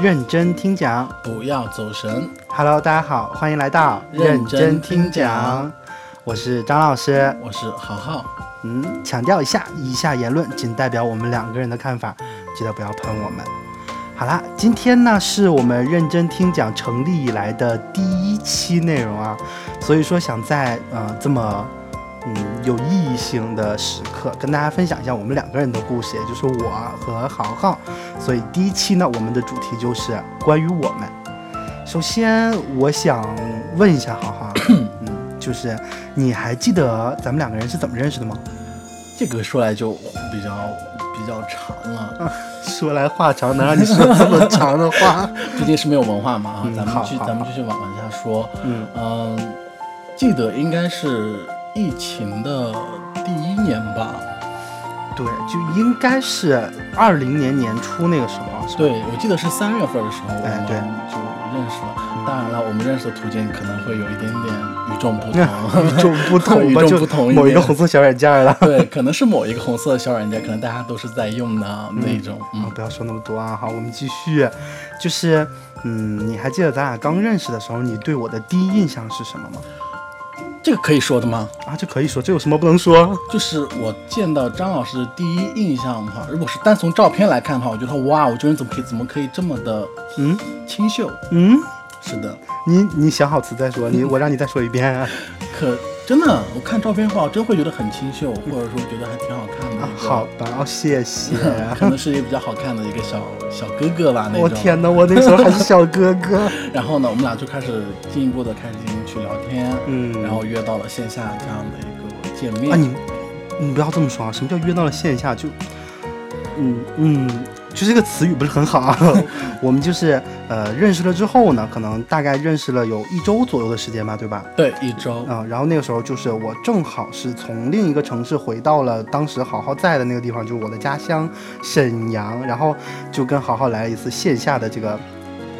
认真听讲。不要走神。 Hello，大家好，欢迎来到认真听讲，我是张老师。我是豪豪，嗯，强调一下，以下言论仅代表我们两个人的看法，记得不要喷我们。好啦，今天呢是我们认真听讲成立以来的第一期内容啊，所以说想在呃这么嗯有意义性的时刻跟大家分享一下我们两个人的故事，也就是我和豪豪。所以第一期呢，我们的主题就是关于我们。首先，我想问一下豪豪，嗯，就是你还记得咱们两个人是怎么认识的吗？这个说来就比较比较长了， 说来话长，能让你说这么长的话？毕竟是没有文化嘛啊，嗯咱好们去好咱们继续往往下说。嗯嗯，记得应该是疫情的第一年吧？对，就应该是二零年年初那个时候，是吧？对，我记得是三月份的时候，我哎们对嗯就认识了。当然了，我们认识的途径可能会有一点点与众不那 同。与众不同吧，与就众不同一某一个点红色小软件了。对，可能是某一个红色的小软件，可能大家都是在用的那种。啊嗯，，不要说那么多啊！好，我们继续，就是，嗯，你还记得咱俩刚认识的时候，你对我的第一印象是什么吗？这个可以说的吗？啊，这可以说，这有什么不能说？就是我见到张老师的第一印象的话，如果是单从照片来看的话，我觉得哇，我这人怎么可以怎么可以这么的嗯清秀？嗯，是的，你你想好词再说，你我让你再说一遍啊！可真的，我看照片的话，我真会觉得很清秀，或者说觉得还挺好看的一个。啊好吧，哦，谢谢。 可能是一个比较好看的一个小小哥哥吧那种。我！天哪，我那时候还是小哥哥。然后呢，我们俩就开始进一步的开始进行去聊天，嗯然后约到了线下这样的一个见面。啊，你你不要这么说啊！什么叫约到了线下就，嗯嗯，就这个词语不是很好啊。我们就是呃认识了之后呢，可能大概认识了有一周左右的时间吧，对吧？对一周，嗯、然后那个时候就是我正好是从另一个城市回到了当时好好在的那个地方，就是我的家乡沈阳，然后就跟好好来了一次线下的这个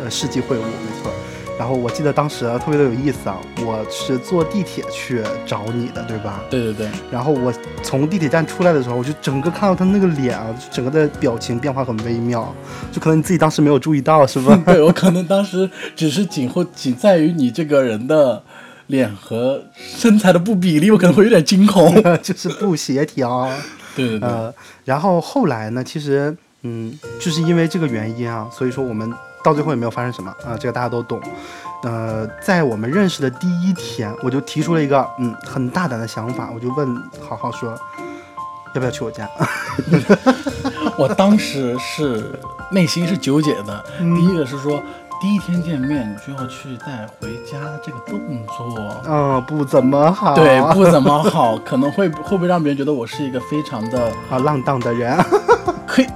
呃世纪会晤，没错。然后我记得当时特别的有意思啊，我是坐地铁去找你的，对吧？对对对，？然后我从地铁站出来的时候，我就整个看到他那个脸啊，就整个的表情变化很微妙，就可能你自己当时没有注意到，是吧 对我可能当时只是仅会仅在于你这个人的脸和身材的不比例，我可能会有点惊恐。就是不协调。对对对，呃，然后后来呢，其实嗯，就是因为这个原因啊，所以说我们到最后也没有发生什么啊、这个大家都懂。呃，在我们认识的第一天，我就提出了一个嗯很大胆的想法，我就问好好说，要不要去我家？我当时是内心是纠结的，第一个是说。第一天见面就要去带回家这个动作，嗯，不怎么好，对，不怎么好，可能会会不会让别人觉得我是一个非常的啊，浪荡的人。可以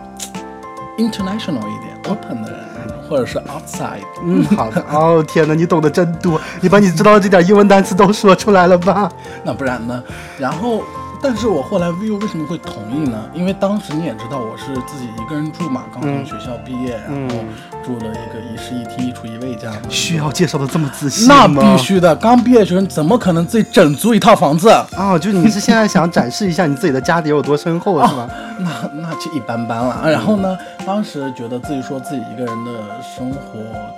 international 一点、open 的人，或者是 outside。嗯，好的。哦，天哪，你懂得真多，你把你知道的这点英文单词都说出来了吧？那不然呢？然后，但是我嗯后来 v i v o 为什么会同意呢？因为当时你也知道我是自己一个人住嘛，刚从学校毕业，嗯然后住了一个一室一厅一厨一卫这样的。需要介绍的这么仔细那吗必须的，刚毕业的学生怎么可能自己整租一套房子？啊、就你是现在想展示一下你自己的家底有多深厚啊是啊吗？那那就一般般嗯了。然后呢，当时觉得自己说自己一个人的生活，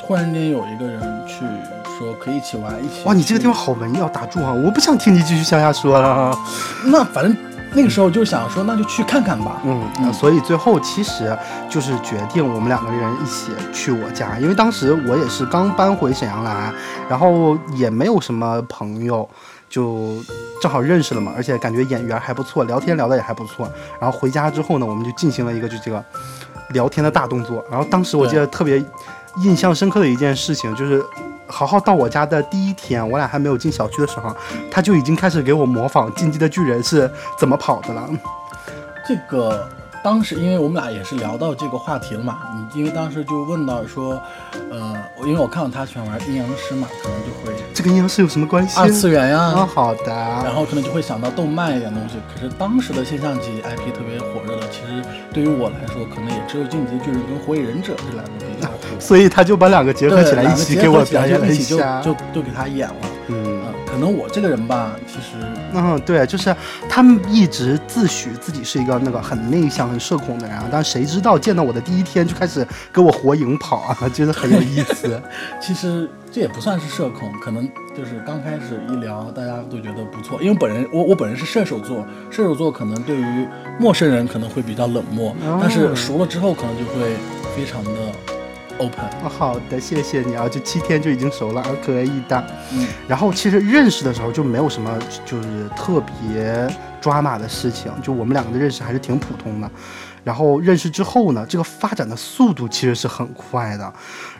突然间有一个人去说可以一起玩，一起哇，你这个地去方好文艺，要打住啊！我不想听你继续向下说了啊。那反正那个时候就想说，那就去看看吧。嗯，那所以最后其实就是决定我们两个人一起去我家，因为当时我也是刚搬回沈阳来，然后也没有什么朋友，就正好认识了嘛，而且感觉眼缘还不错，聊天聊得也还不错。然后回家之后呢，我们就进行了一个就这个聊天的大动作。然后当时我记得特别印象深刻的一件事情就是。豪豪到我家的第一天，我俩还没有进小区的时候，他就已经开始给我模仿《进击的巨人》是怎么跑的了。这个当时因为我们俩也是聊到这个话题了嘛，你因为当时就问到说，呃，因为我看到他喜欢玩阴阳师嘛，可能就会这跟阴阳师有什么关系？二次元呀、啊，好然的，后可能就会想到动漫一点东西。可是当时的现象级 IP 特别火热的，其实对于我来说，可能也只有《进击的巨人》跟《火影忍者》这两个 比较火。所以他就把两个结合起对来，两一个起结给合我起表来演了就一起就下。就就给他演了。嗯嗯，可能我这个人吧，其实嗯，对，就是他们一直自诩自己是一个那个很内向、很社恐的人啊，但谁知道见到我的第一天就开始跟我火影跑啊，觉得很有意思。其实这也不算是社恐，可能就是刚开始一聊，大家都觉得不错。因为本人我我本人是射手座，射手座可能对于陌生人可能会比较冷漠，哦但是熟了之后可能就会非常的 open。哦好的，谢谢你啊，就七天就已经熟了，啊，可以的。嗯，然后其实认识的时候就没有什么就是特别抓马的事情，就我们两个的认识还是挺普通的。然后认识之后呢，这个发展的速度其实是很快的，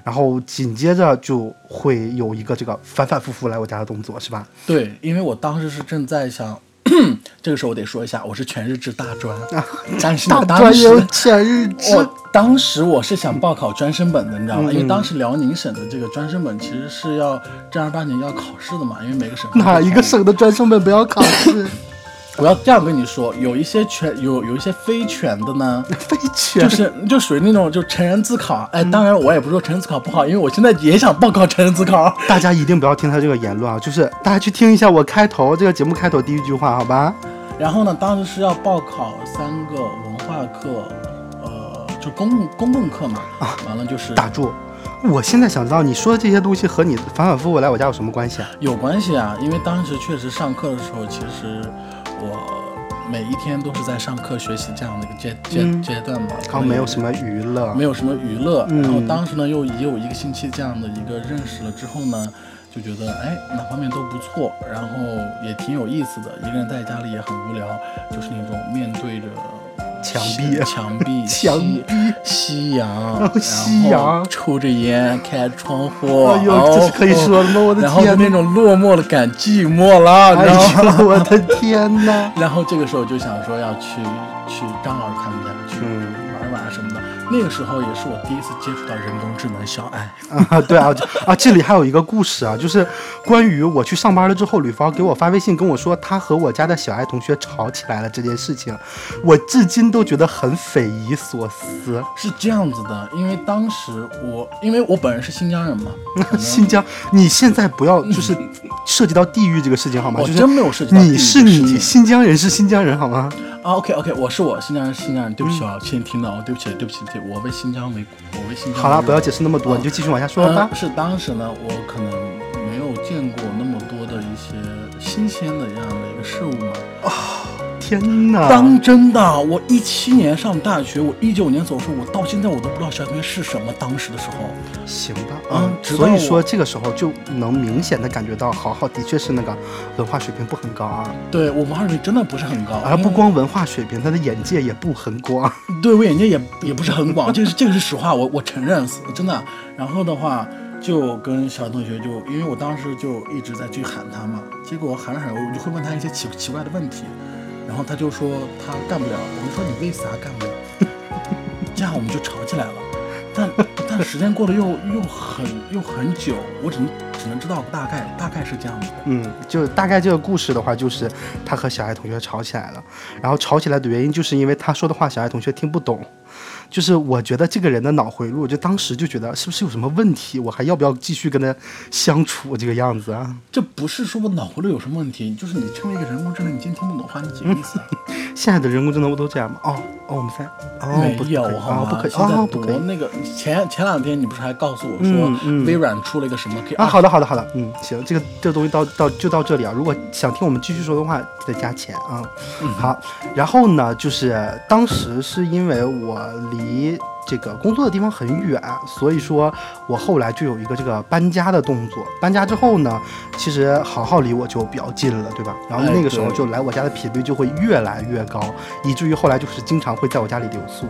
然后紧接着就会有一个这个反反复复来我家的动作， 是吧？对，因为我当时是正在想。 这个时候我得说一下，我是全日制大专，但是呢当专时 有全日制，我当时我是想报考专升本的，你知道吗？嗯因为当时辽宁省的这个专升本其实是要正儿八经要考试的嘛，因为每个省份哪会一考个省的专升本不要考试？ 我要这样跟你说，有一些犬有有一些非犬的呢，非全就。是就属于那种就成人自考。哎，嗯当然我也不是说成人自考不好，因为我现在也想报考成人自考。 大家一定不要听他这个言论啊！就是大家去听一下我开头这个节目开头第一句话，好吧？然后呢，当时是要报考三个文化课，呃，就公共公共课嘛。啊完了就是打住！我现在想知道你说的这些东西和你反反复复来我家有什么关系啊？有关系啊，因为当时确实上课的时候，其实我每一天都是在上课学习这样的一个阶阶、嗯阶段吧，可刚能没有什么娱乐，没有什么娱乐，嗯然后当时呢又也有一个星期这样的一个认识了之后呢，就觉得哎哪方面都不错，然后也挺有意思的，一个人在家里也很无聊，就是那种面对着墙西壁墙壁、墙，西夕阳夕阳然后抽着烟，开着窗户，哎呦，这是可以说的吗？我的然后就天那呐！种落寞的感寂寞了，哎你知道吗？呦，我的天呐！然后这个时候就想说要去去张老师他们家去嗯玩玩什么的。那个时候也是我第一次接触到人工智能小爱，啊，对啊，就啊，这里还有一个故事啊，就是关于我去上班了之后，吕芳给我发微信跟我说，她和我家的小爱同学吵起来了这件事情，我至今都觉得很匪夷所思。是这样子的，因为当时我因为我本人是新疆人 嘛，可能新疆，你现在不要 就是涉及到地域这个事情好吗？我就是真没有涉及到地你域是的事你，情新疆人是新疆人好吗？啊，OK OK，我是我新疆人，新疆人，对嗯不起啊，亲听到，对不起，对不起，对不起，我为新疆为我为新疆为好了，荣不要解释那么多，啊你就继续往下说吧嗯。是当时呢，我可能没有见过那么多的一些新鲜的这样的一个事物嘛。天哪！当真的，我一七年上大学，我一九年走的时候，我到现在我都不知道小学是什么。当时的时候，行吧，嗯嗯，直所到以我说这个时候就能明显的感觉到，豪豪的确是那个文化水平不很高啊，对我文化水平真的不是很高，而不光文化水平，他的眼界也不很广。啊对我眼界也也不是很广，这个是这个是实话，我我承认，真的。然后的话，就跟小同学就，因为我当时就一直在去喊他嘛，结果喊着喊着，我就会问他一些奇奇怪的问题，然后他就说他干不了，我就说你为啥干不了？ 这样我们就吵起来了。但但时间过得又又很又很久，我只能只能知道大概大概是这样的。嗯，就大概这个故事的话，就是他和小爱同学吵起来了，然后吵起来的原因就是因为他说的话小爱同学听不懂。就是我觉得这个人的脑回路，就当时就觉得是不是有什么问题，我还要不要继续跟他相处这个样子啊？这不是说我脑回路有什么问题，就是你成为一个人工智能，你今天听不懂话，你几个意思啊？现在的人工智能不都这样吗？哦哦，我们仨哦没不有可以好哦吗？不可以现在哦不可多以那个前前两天你不是还告诉我嗯嗯说微软出了一个什么可以啊，好的，好的，好的，嗯，行，这个这个东西到到就到这里啊。如果想听我们继续说的话，记得加钱啊。好，然后呢，就是当时是因为我离这个工作的地方很远，所以说我后来就有一个这个搬家的动作。搬家之后呢，其实好好离我就比较近了，对吧？然后哎那个时候对就来我家的频率就会越来越高，以至于后来就是经常会在我家里留宿。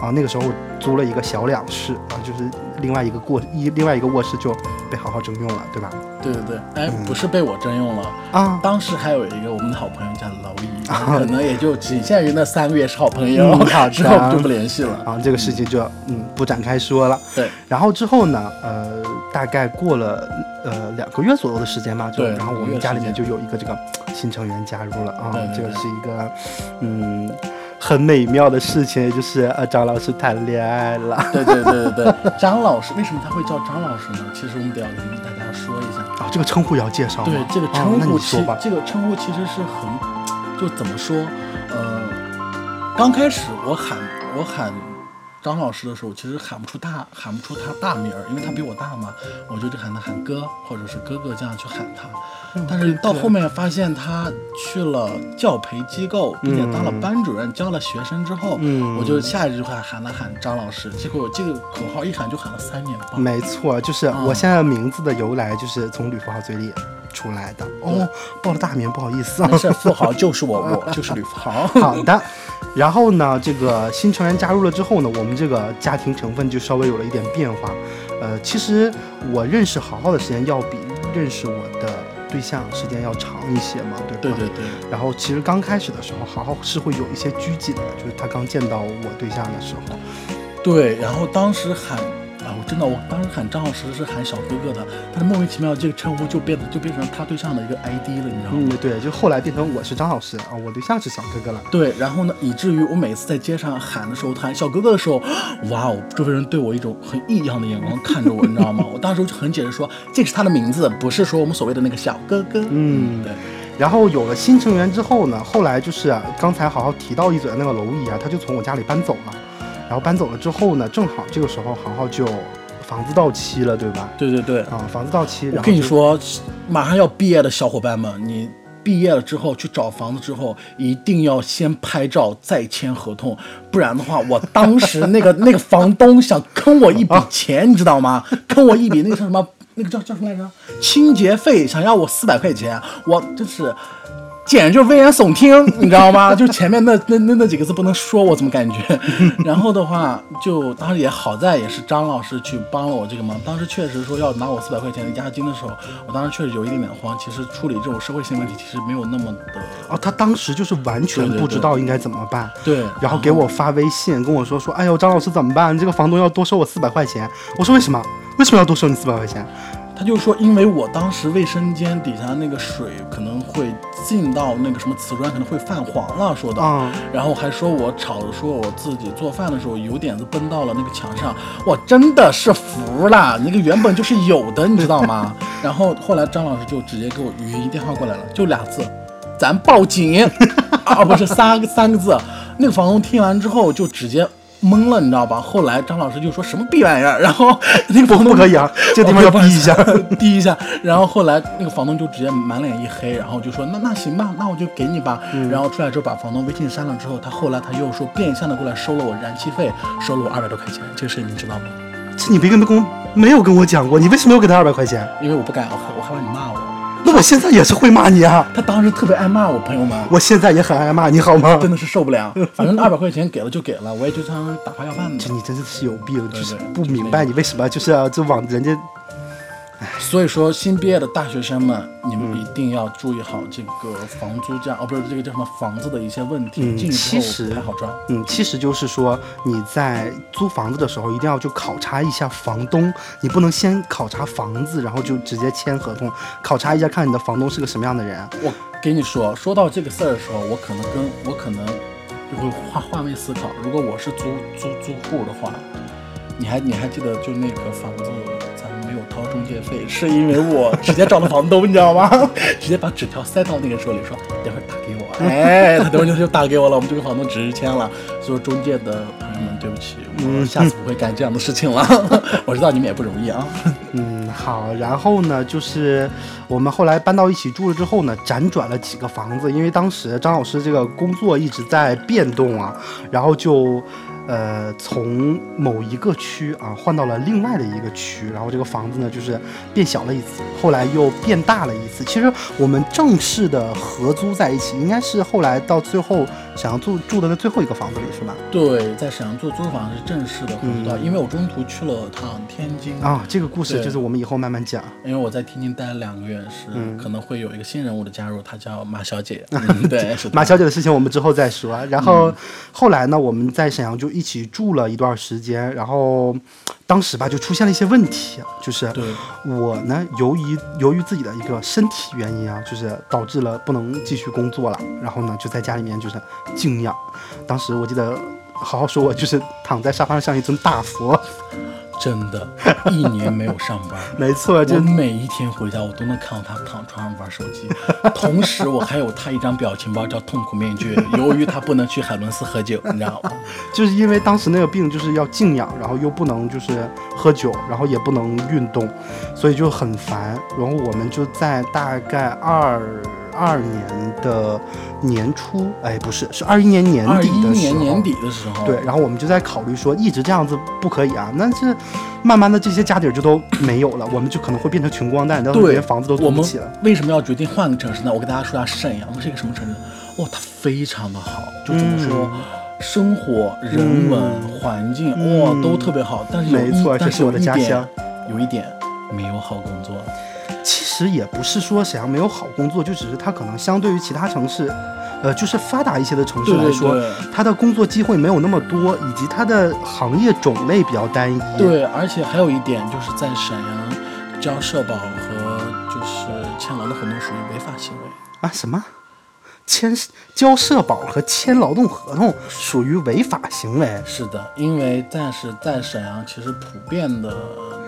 啊，那个时候我租了一个小两室啊，就是另外一个过一另外一个卧室就被好好征用了，对吧？对对对，哎，不是被我征用了，啊，当时还有一个我们的好朋友叫娄毅，可能也就仅限于那三个月是好朋友嗯好，的 之后就不联系了。啊，这个事情就嗯不展开说了。对，然后之后呢，呃，大概过了呃两个月左右的时间吧，就对然后我两个们月家里时面间就有一个这个新成员加入了啊对，对这个对是一个嗯很美妙的事情，也就是呃张老师谈恋爱 了。对对对对对，张老师为什么他会叫张老师呢？其实我们得要给大家说一下，啊，这个称呼也要介绍吗？对这个哦称那呼你其、说吧。这个称呼其实是很，就怎么说，呃，刚开始我喊我喊张老师的时候，其实喊不出大喊不出他大名儿，因为他比我大嘛，我就只喊他喊哥或者是哥哥这样去喊他。嗯但是到后面发现他去了教培机构，并且当了班主任，教了学生之后，嗯我就下一句话喊了喊张老师，结果这个口号一喊就喊了三年半。没错，就是嗯我现在名字的由来就是从吕富豪嘴里出来的。哦，报了大名，不好意思啊没。事，富豪就是我，我就是吕富豪。 好的，然后呢，这个新成员加入了之后呢，我们这个家庭成分就稍微有了一点变化。呃，其实我认识豪豪的时间要比认识我的对象时间要长一些嘛，对吧？对对对，然后其实刚开始的时候，豪豪是会有一些拘谨的，就是他刚见到我对象的时候，对，然后当时喊啊，我真的，我当时喊张老师是喊小哥哥的，但是莫名其妙这个称呼就变得就变成他对象的一个 ID 了，你知道吗？嗯，对，就后来变成我是张老师啊，我对象是小哥哥了。对，然后呢，以至于我每次在街上喊的时候，他喊小哥哥的时候，哇哦，周围人对我一种很异样的眼光看着我，你知道吗？我当时就很解释说，这是他的名字，不是说我们所谓的那个小哥哥。嗯对，然后有了新成员之后呢，后来就是啊刚才好好提到一嘴的那个蝼蚁啊，他就从我家里搬走了。然后搬走了之后呢，正好这个时候豪豪就房子到期了，对吧？对对对，啊，房子到期，然我后跟你就，说，马上要毕业的小伙伴们，你毕业了之后去找房子之后，一定要先拍照再签合同，不然的话，我当时那个那个房东想坑我一啊笔钱，你知道吗？坑我一笔那个叫什么？那个叫叫什么来着？清洁费，想要我四百块钱，我真是。简直就是危言耸听，你知道吗？就前面那那那那几个字不能说，我怎么感觉？然后的话，就当时也好在也是张老师去帮了我这个忙。当时确实说要拿我四百块钱的押金的时候，我当时确实有一点点慌。其实处理这种社会性问题，其实没有那么的哦，他当时就是完全对对不知对道应该怎么办。对。然后给我发微信跟我说说，哎呦，张老师怎么办？这个房东要多收我四百块钱。我说为什么？为什么要多收你四百块钱？他就说，因为我当时卫生间底下那个水可能会进到那个什么瓷砖，可能会泛黄了，说的。啊、然后还说我吵着说我自己做饭的时候油点子崩到了那个墙上，我真的是服了，那个原本就是有的，你知道吗？然后后来张老师就直接给我语音电话过来了，就俩字，咱报警，啊不是三个三个字，那个房东听完之后就直接。懵了，你知道吧？后来张老师就说什么逼玩意儿，然后那个房东 不可以 啊，这地方要逼逼一下。， 逼一下。然后后来那个房东就直接满脸一黑，然后就说那那行吧，那我就给你吧。嗯然后出来之后把房东微信删了之后，他后来他又说变相的过来收了我燃气费，收了我二百多块钱，这个事情你知道吗？这你没跟他跟我没有跟我讲过，你为什么要给他二百块钱？因为我不敢，我害我害怕你骂我。那我现在也是会骂你啊，他当时特别爱骂我，朋友们。我现在也很爱骂你，好吗？真的是受不 了，啊反正二百块钱给了就给了，我也就相当于打发要饭的这。你真的是有病，对就是对不就是明那白你为什么就是要就往人家所以说，新毕业的大学生们，你嗯们一定要注意好这个房租价，哦，不是这个叫什么房子的一些问题，嗯进去其之实后拍好砖。嗯，其实就是说你在租房子的时候，一定要去考察一下房东，你不能先考察房子，然后就直接签合同，考察一下看你的房东是个什么样的人。我给你说，说到这个事儿的时候，我可能跟我可能就会换换位思考。如果我是租租租户的话，你还你还记得就那个房子，咱们没有掏中介费，是因为我直接找了房东，你知道吗？ 直接把纸条塞到那个手里，说等会儿打给我。哎，他等会儿就打给我了，我们就跟房东只是签了。所以说中介的朋友们，对不起，我下次不会干这样的事情了。 我知道你们也不容易啊。嗯，好，然后呢，就是我们后来搬到一起住了之后呢，辗转了几个房子，因为当时张老师这个工作一直在变动啊，然后就。呃，从某一个区啊换到了另外的一个区，然后这个房子呢就是变小了一次，后来又变大了一次。其实我们正式的合租在一起，应该是后来到最后想要住住的那最后一个房子里是吧？对，在沈阳做租房是正式的回到，因为我中途去了趟天津嗯啊，这个故事对就是我们以后慢慢讲。因为我在天津待了两个月，是、嗯可能会有一个新人物的加入，她 叫 马小姐，嗯、对，是嗯的马小姐的事情我们之后再说。然后后来呢，我们在沈阳就就一起住了一段时间，然后当时吧就出现了一些问题，就是对，我呢由于由于自己的一个身体原因啊，就是导致了不能继续工作了，然后呢就在家里面就是静养，当时我记得。好好说，我就是躺在沙发上像一尊大佛，真的，一年没有上 班。没错，就我每一天回家，我都能看到他躺床上玩手机， 同时我还有他一张表情包叫痛苦面具。由于他不能去海伦斯喝酒，你知道吗？就是因为当时那个病就是要静养，然后又不能就是喝酒，然后也不能运动，所以就很烦。然后我们就在大概二二年的年初，哎，不是，是二一年 年二一底的时年候，年底的时候，对，，然后我们就在考虑说，一直这样子不可以啊，那是慢慢的这些家底儿就都没有了，我们就可能会变成穷光蛋，到时候对连房子都我租不们起了。为什么要决定换个城市呢？我给大家说一下沈阳是一个什么城市。哇、它非常的好，就怎么说，生活、人文、环境，哇、嗯嗯都特别好。但是有没一错但这是我的有一家点乡。有一点，没有好工作。其实也不是说沈阳没有好工作，就只是它可能相对于其他城市，呃，就是发达一些的城市对来对说，对它的工作机会没有那么多，以及它的行业种类比较单一。，对，而且还有一点就是在沈阳，交社保和就是欠劳的合同属于违法行为。啊，什么签交社保和签劳动合同属于违法行为。啊是的，因为但是在沈阳，其实普遍的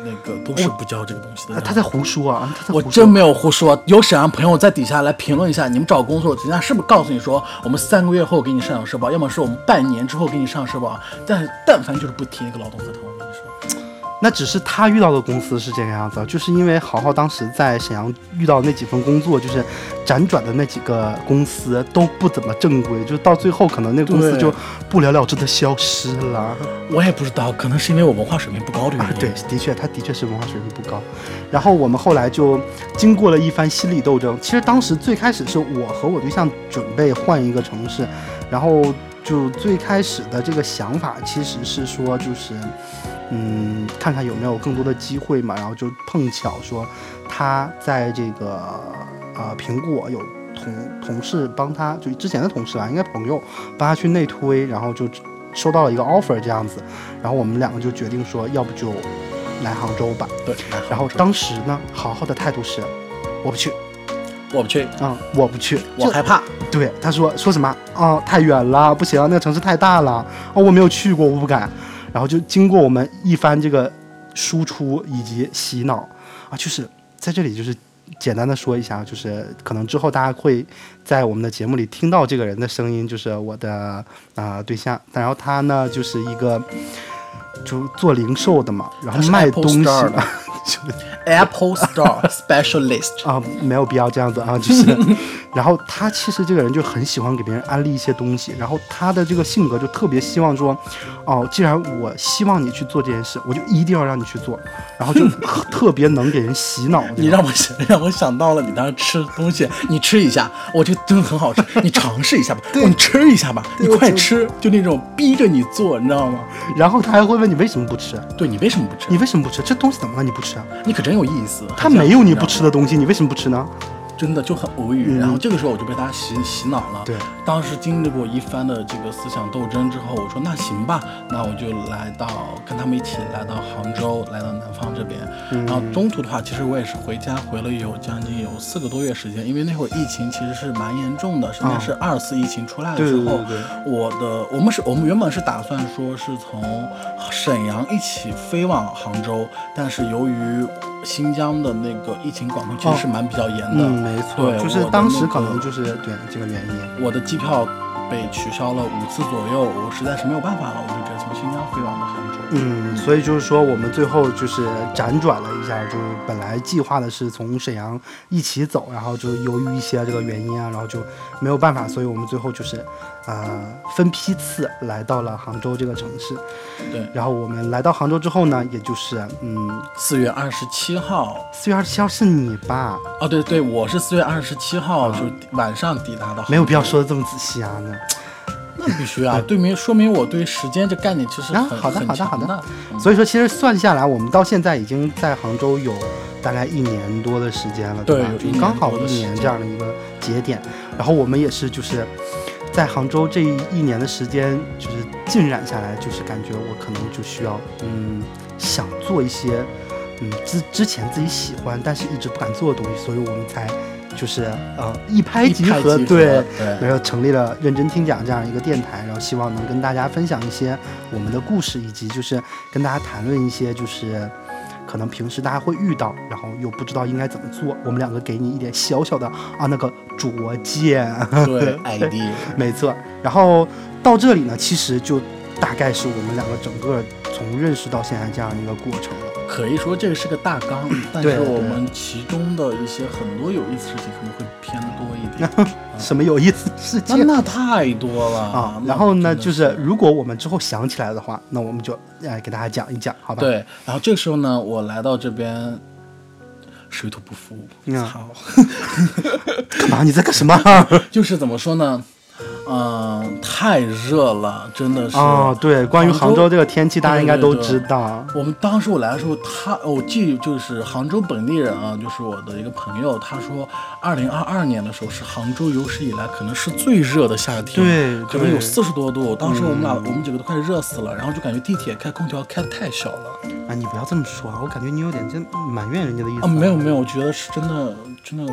那个都是不交这个东西的。啊他在胡说啊！他在我胡真没有胡说，有沈阳朋友在底下来评论一下，你们找工作，人家是不是告诉你说我们三个月后给你上社保，要么是我们半年之后给你上社保，但但凡就是不提那个劳动合同，我跟你说，那只是他遇到的公司是这个样子啊，就是因为豪豪当时在沈阳遇到那几份工作，就是辗转的那几个公司都不怎么正规，就是到最后可能那个公司对就不了了之的消失了。我也不知道，可能是因为我文化水平不高的原啊因。，对，的确，他的确是文化水平不高。然后我们后来就经过了一番心理斗争。其实当时最开始是我和我对象准备换一个城市，然后就最开始的这个想法其实是说就是。嗯，看看有没有更多的机会嘛，然后就碰巧说，他在这个呃苹果有同同事帮他，就之前的同事啊，应该朋友帮他去内推，然后就收到了一个 offer 这样子，然后我们两个就决定说，要不就来杭州吧。对，然后当时呢，豪豪的态度是，我不去，我不去，嗯，我不去，我害怕，对他说说什么啊、太远了，不行，那个城市太大了，哦，我没有去过，我不敢。然后就经过我们一番这个输出以及洗脑啊，就是在这里就是简单的说一下，就是可能之后大家会在我们的节目里听到这个人的声音，就是我的啊、呃对象，然后他呢就是一个就做零售的嘛，然后他是卖 Apple 东西 Store 嘛 的 Apple Store Specialist，啊，没有必要这样子啊，就是， 然后他其实这个人就很喜欢给别人安利一些东西，然后他的这个性格就特别希望说，哦，既然我希望你去做这件事，我就一定要让你去做，然后就特 别能给人洗脑。你让我想让我想到了你当时吃东西，你吃一下，我这个真的很好吃，你尝试一下吧，哦你吃一下吧，你我快就吃，就那种逼着你做，你知道吗？然后他还会问你为什么不吃，对你为什么不吃？你为什么不吃？这东西怎么了？你不吃啊？你可真有意思。他没有你不吃的东西，你为什么不吃呢？真的就很无语。然后这个时候我就被他洗洗脑了。嗯对，当时经历过一番的这个思想斗争之后，我说那行吧，那我就来到跟他们一起来到杭州，来到南方这边。嗯然后中途的话，其实我也是回家回了有将近有四个多月时间，因为那会儿疫情其实是蛮严重的，甚啊至是二次疫情出来的对时对候，对对我的我们是我们原本是打算说是从沈阳一起飞往杭州，但是由于新疆的那个疫情管控其实哦是蛮比较严的，嗯，没错，对就是我的当那时可个能就是对这个原因。我的机票被取消了五次左右，我实在是没有办法了，我就直接从新疆飞往了杭州。嗯，所以就是说，我们最后就是辗转了一下，就是本来计划的是从沈阳一起走，然后就由于一些这个原因啊，然后就没有办法，所以我们最后就是，呃，分批次来到了杭州这个城市。对，然后我们来到杭州之后呢，也就是嗯，四月二十七号，四月二十七号是你吧？哦对对，我是四月二十七号、就晚上抵达的。啊没有必要，说的这么仔细啊呢。那必须啊，对明说明我对时间这概念其实啊很、好的很好的强好的的。所以说，其实算下来，我们到现在已经在杭州有大概一年多的时间了，对吧？有一就年刚好多的一时年这间样的一个节点。然后我们也是就是在杭州这一年的时间，就是浸染下来，就是感觉我可能就需要，嗯，想做一些，嗯，之之前自己喜欢但是一直不敢做的东西，所以我们才就是呃一拍一即拍合，即对， 对，然后成立了认真听讲这样一个电台，然后希望能跟大家分享一些我们的故事，以及就是跟大家谈论一些就是可能平时大家会遇到，然后又不知道应该怎么做。我们两个给你一点小小的啊那个拙见，对 ID，没错。然后到这里呢，其实就大概是我们两个整个从认识到现在这样一个过程了。可以说这个是个大 纲，但对是我们其中的一些很多有意思的事情可能会偏多一点。什么有意思的事那 情？那太多了啊，那然后呢，真的就是如果我们之后想起来的话，那我们就来给大家讲一讲，好吧？对，然后这个时候呢，我来到这边，水土不服，嗯操，干嘛？你在干什 么？就是怎么说呢，嗯、太热了，真的是。哦，对，关于杭杭州州这个天气，大家应该都对对知对道。我们当时我来的时候，他我记就是杭州本地人啊，就是我的一个朋友，他说，二零二二年的时候是杭州有史以来可能是最热的夏天，对可能对嗯有四十多度。当时我们俩、我们几个都快热死了，然后就感觉地铁开空调开的太小了啊，你不要这么说啊，我感觉你有点真埋怨人家的意思啊，没有，没有，我觉得是真的真的，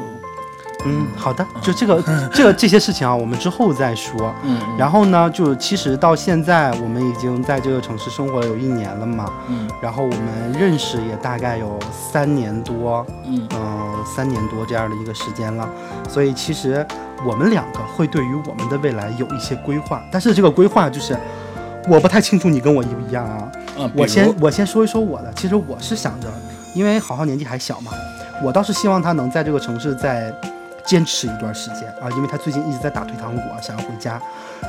嗯，好的，就这个这个这些事情啊，我们之后再说。嗯然后呢，就其实到现在，我们已经在这个城市生活了有一年了嘛。嗯然后我们认识也大概有三年多，嗯嗯、三年多这样的一个时间了。所以其实我们两个会对于我们的未来有一些规划，但是这个规划就是我不太清楚你跟我一不一样啊。嗯，我比先如我先说一说我的，其实我是想着，因为好好年纪还小嘛，我倒是希望他能在这个城市再坚持一段时间啊，因为他最近一直在打退堂鼓，啊，想要回家，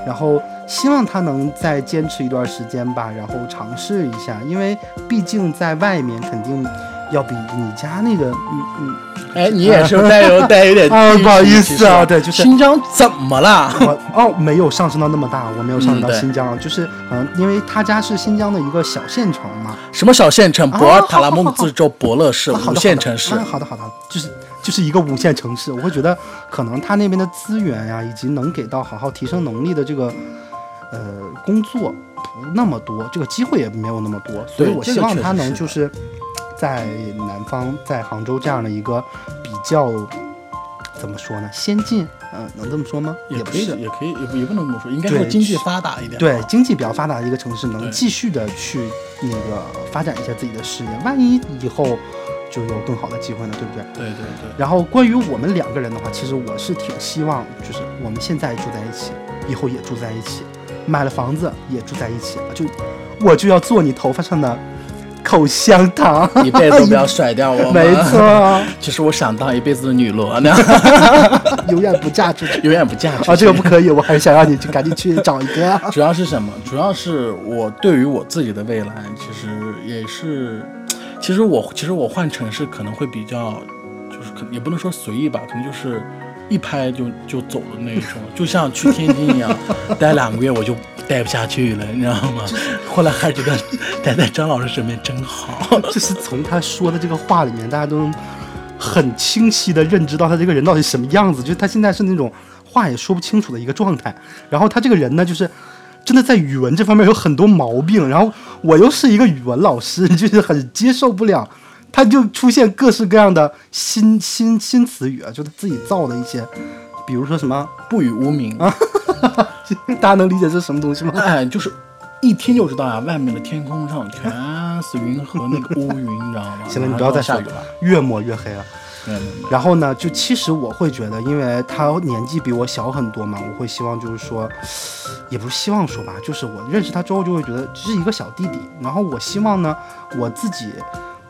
然后希望他能再坚持一段时间吧，然后尝试一下，因为毕竟在外面肯定要比你家那个，嗯嗯，哎，你也是带有带有点 啊地域不好意歧视思啊对就是新疆怎么了？ 我哦没有上升到那么大，我没有上升到嗯对新疆，就是嗯、因为他家是新疆的一个小县城嘛，什么小县城？啊博尔塔好拉好蒙好自治州伯乐市啊 好五的线城市好的啊。好的好的，就是就是一个五线城市，我会觉得可能他那边的资源呀、以及能给到好好提升能力的这个呃工作不那么多，这个机会也没有那么多，所以对我这希个望确他实能是就是在南方，在杭州这样的一个比较怎么说呢，先进，嗯、能这么说吗？也不可以是的，。也可以，也不也不能这么说，应该对说经济发达一点。对经济比较发达的一个城市，能对继续的去那个发展一下自己的事业，万一以后就有更好的机会呢，对不对？对对对然后关于我们两个人的话，其实我是挺希望，就是我们现在住在一起，以后也住在一起，买了房子也住在一起，就我就要做你头发上的口香糖，一辈子都不要甩掉我 们。哎没， 错，其实我想当一辈子的女罗呢， 永远不嫁出去永远不嫁出去。啊，这个不可以，我还是想让你去赶紧去找一个。主要是什么？主要是我对于我自己的未来，其实也是，其实我其实我换城市可能会比较，就是可能也不能说随意吧，可能就是一拍就就走的那一种，就像去天津一样， 待两个月我就待不下去了，你知道吗？后来还觉得待在张老师身边真好。就是从他说的这个话里面，大家都能很清晰的认知到他这个人到底什么样子。就是他现在是那种话也说不清楚的一个状态。然后他这个人呢，就是真的在语文这方面有很多毛病。然后我又是一个语文老师，就是很接受不了。他就出现各式各样的新 新新词语啊，就他自己造的一些，比如说什么， 不语无名，啊大家能理解这是什么东西吗？哎，就是一听就知道呀、啊外面的天空上全是云和那个乌云，你知道吗？行了，你不要再马说上就下雨了。，越抹越黑了。没有没有没有，然后呢，就其实我会觉得，因为他年纪比我小很多嘛，我会希望就是说，也不是希望说吧，就是我认识他之后就会觉得这是一个小弟弟。然后我希望呢，我自己，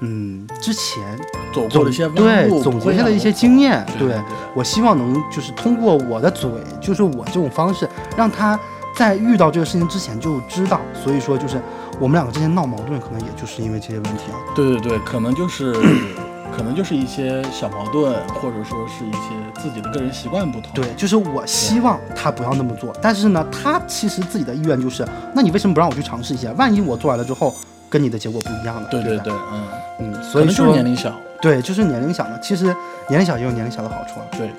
嗯，之前走过总的一些弯对路，总不会结下的让一我些走经验，对对我希望能就是通过我的嘴，就是我这种方式，让他在遇到这个事情之前就知道。所以说，就是我们两个之间闹矛盾，可能也就是因为这些问题啊。对对对，可能就是，可能就是一些小矛盾，或者说是一些自己的个人习惯不同。对，就是我希望他不要那么做，但是呢，他其实自己的意愿就是，那你为什么不让我去尝试一下？万一我做完了之后，跟你的结果不一样呢？对对对不对，，嗯，嗯，所可以能就是说年龄小，对，就是年龄小嘛，其实年龄小也有年龄小的好处啊。对，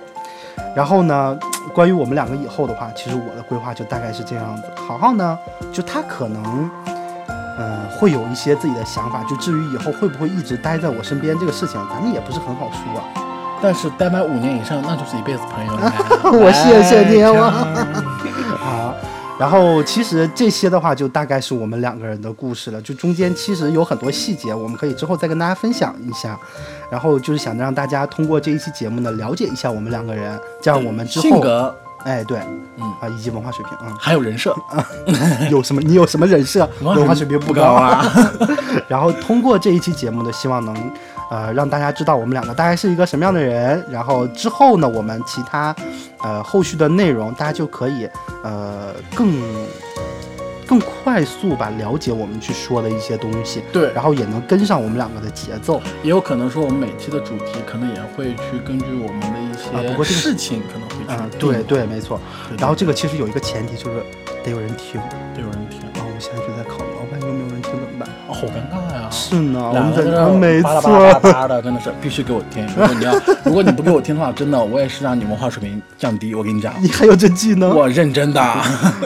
然后呢，关于我们两个以后的话，其实我的规划就大概是这样子。豪豪呢，就他可能，呃，会有一些自己的想法。就至于以后会不会一直待在我身边这个事情，咱们也不是很好说啊。但是待满五年以上，那就是一辈子朋友了。 我谢谢你哎我呀啊。然后其实这些的话，就大概是我们两个人的故事了。就中间其实有很多细节，我们可以之后再跟大家分享一下。然后就是想让大家通过这一期节目呢，了解一下我们两个人，这样我们之性后，格，哎，对，嗯啊，以及文化水平，嗯，还有人设， 有什么？你有什么人设？文化水平不不高啊。啊。 然后通过这一期节目呢，希望能呃让大家知道我们两个大概是一个什么样的人。然后之后呢，我们其他呃后续的内容，大家就可以呃更更快速吧了解我们去说的一些东西，对，然后也能跟上我们两个的节奏。也有可能说我们每期的主题可能也会去根据我们的一些、啊不过这个事情可能会嗯、去对定、对，没错。对然后这个其实有一个前提，就是得有人听啊、得有人听，我现在就在考虑，哦老板有没有人听怎么 办？哦，好尴尬呀、是呢，啊我两们个忍在那他没巴拉错。巴拉巴拉的，真的是必须给我听。如果你 要，如果你不给我听的话，真的我也是让你文化水平降低。我跟你讲， 你还有这技能？我认 真的。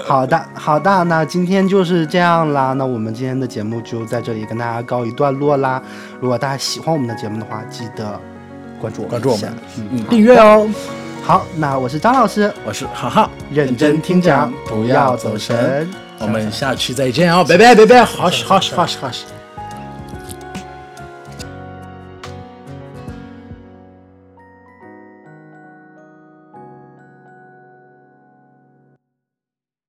好的，好的，那今天就是这样啦。那我们今天的节目就在这里跟大家告一段落啦。如果大家喜欢我们的节目的话，记得关注我们，关注我们，嗯，好订阅哦。好，那我是张老师，我是哈哈，认真听讲，不不要要走走神。神。我们下期再见哦，拜拜拜拜，好好好好好。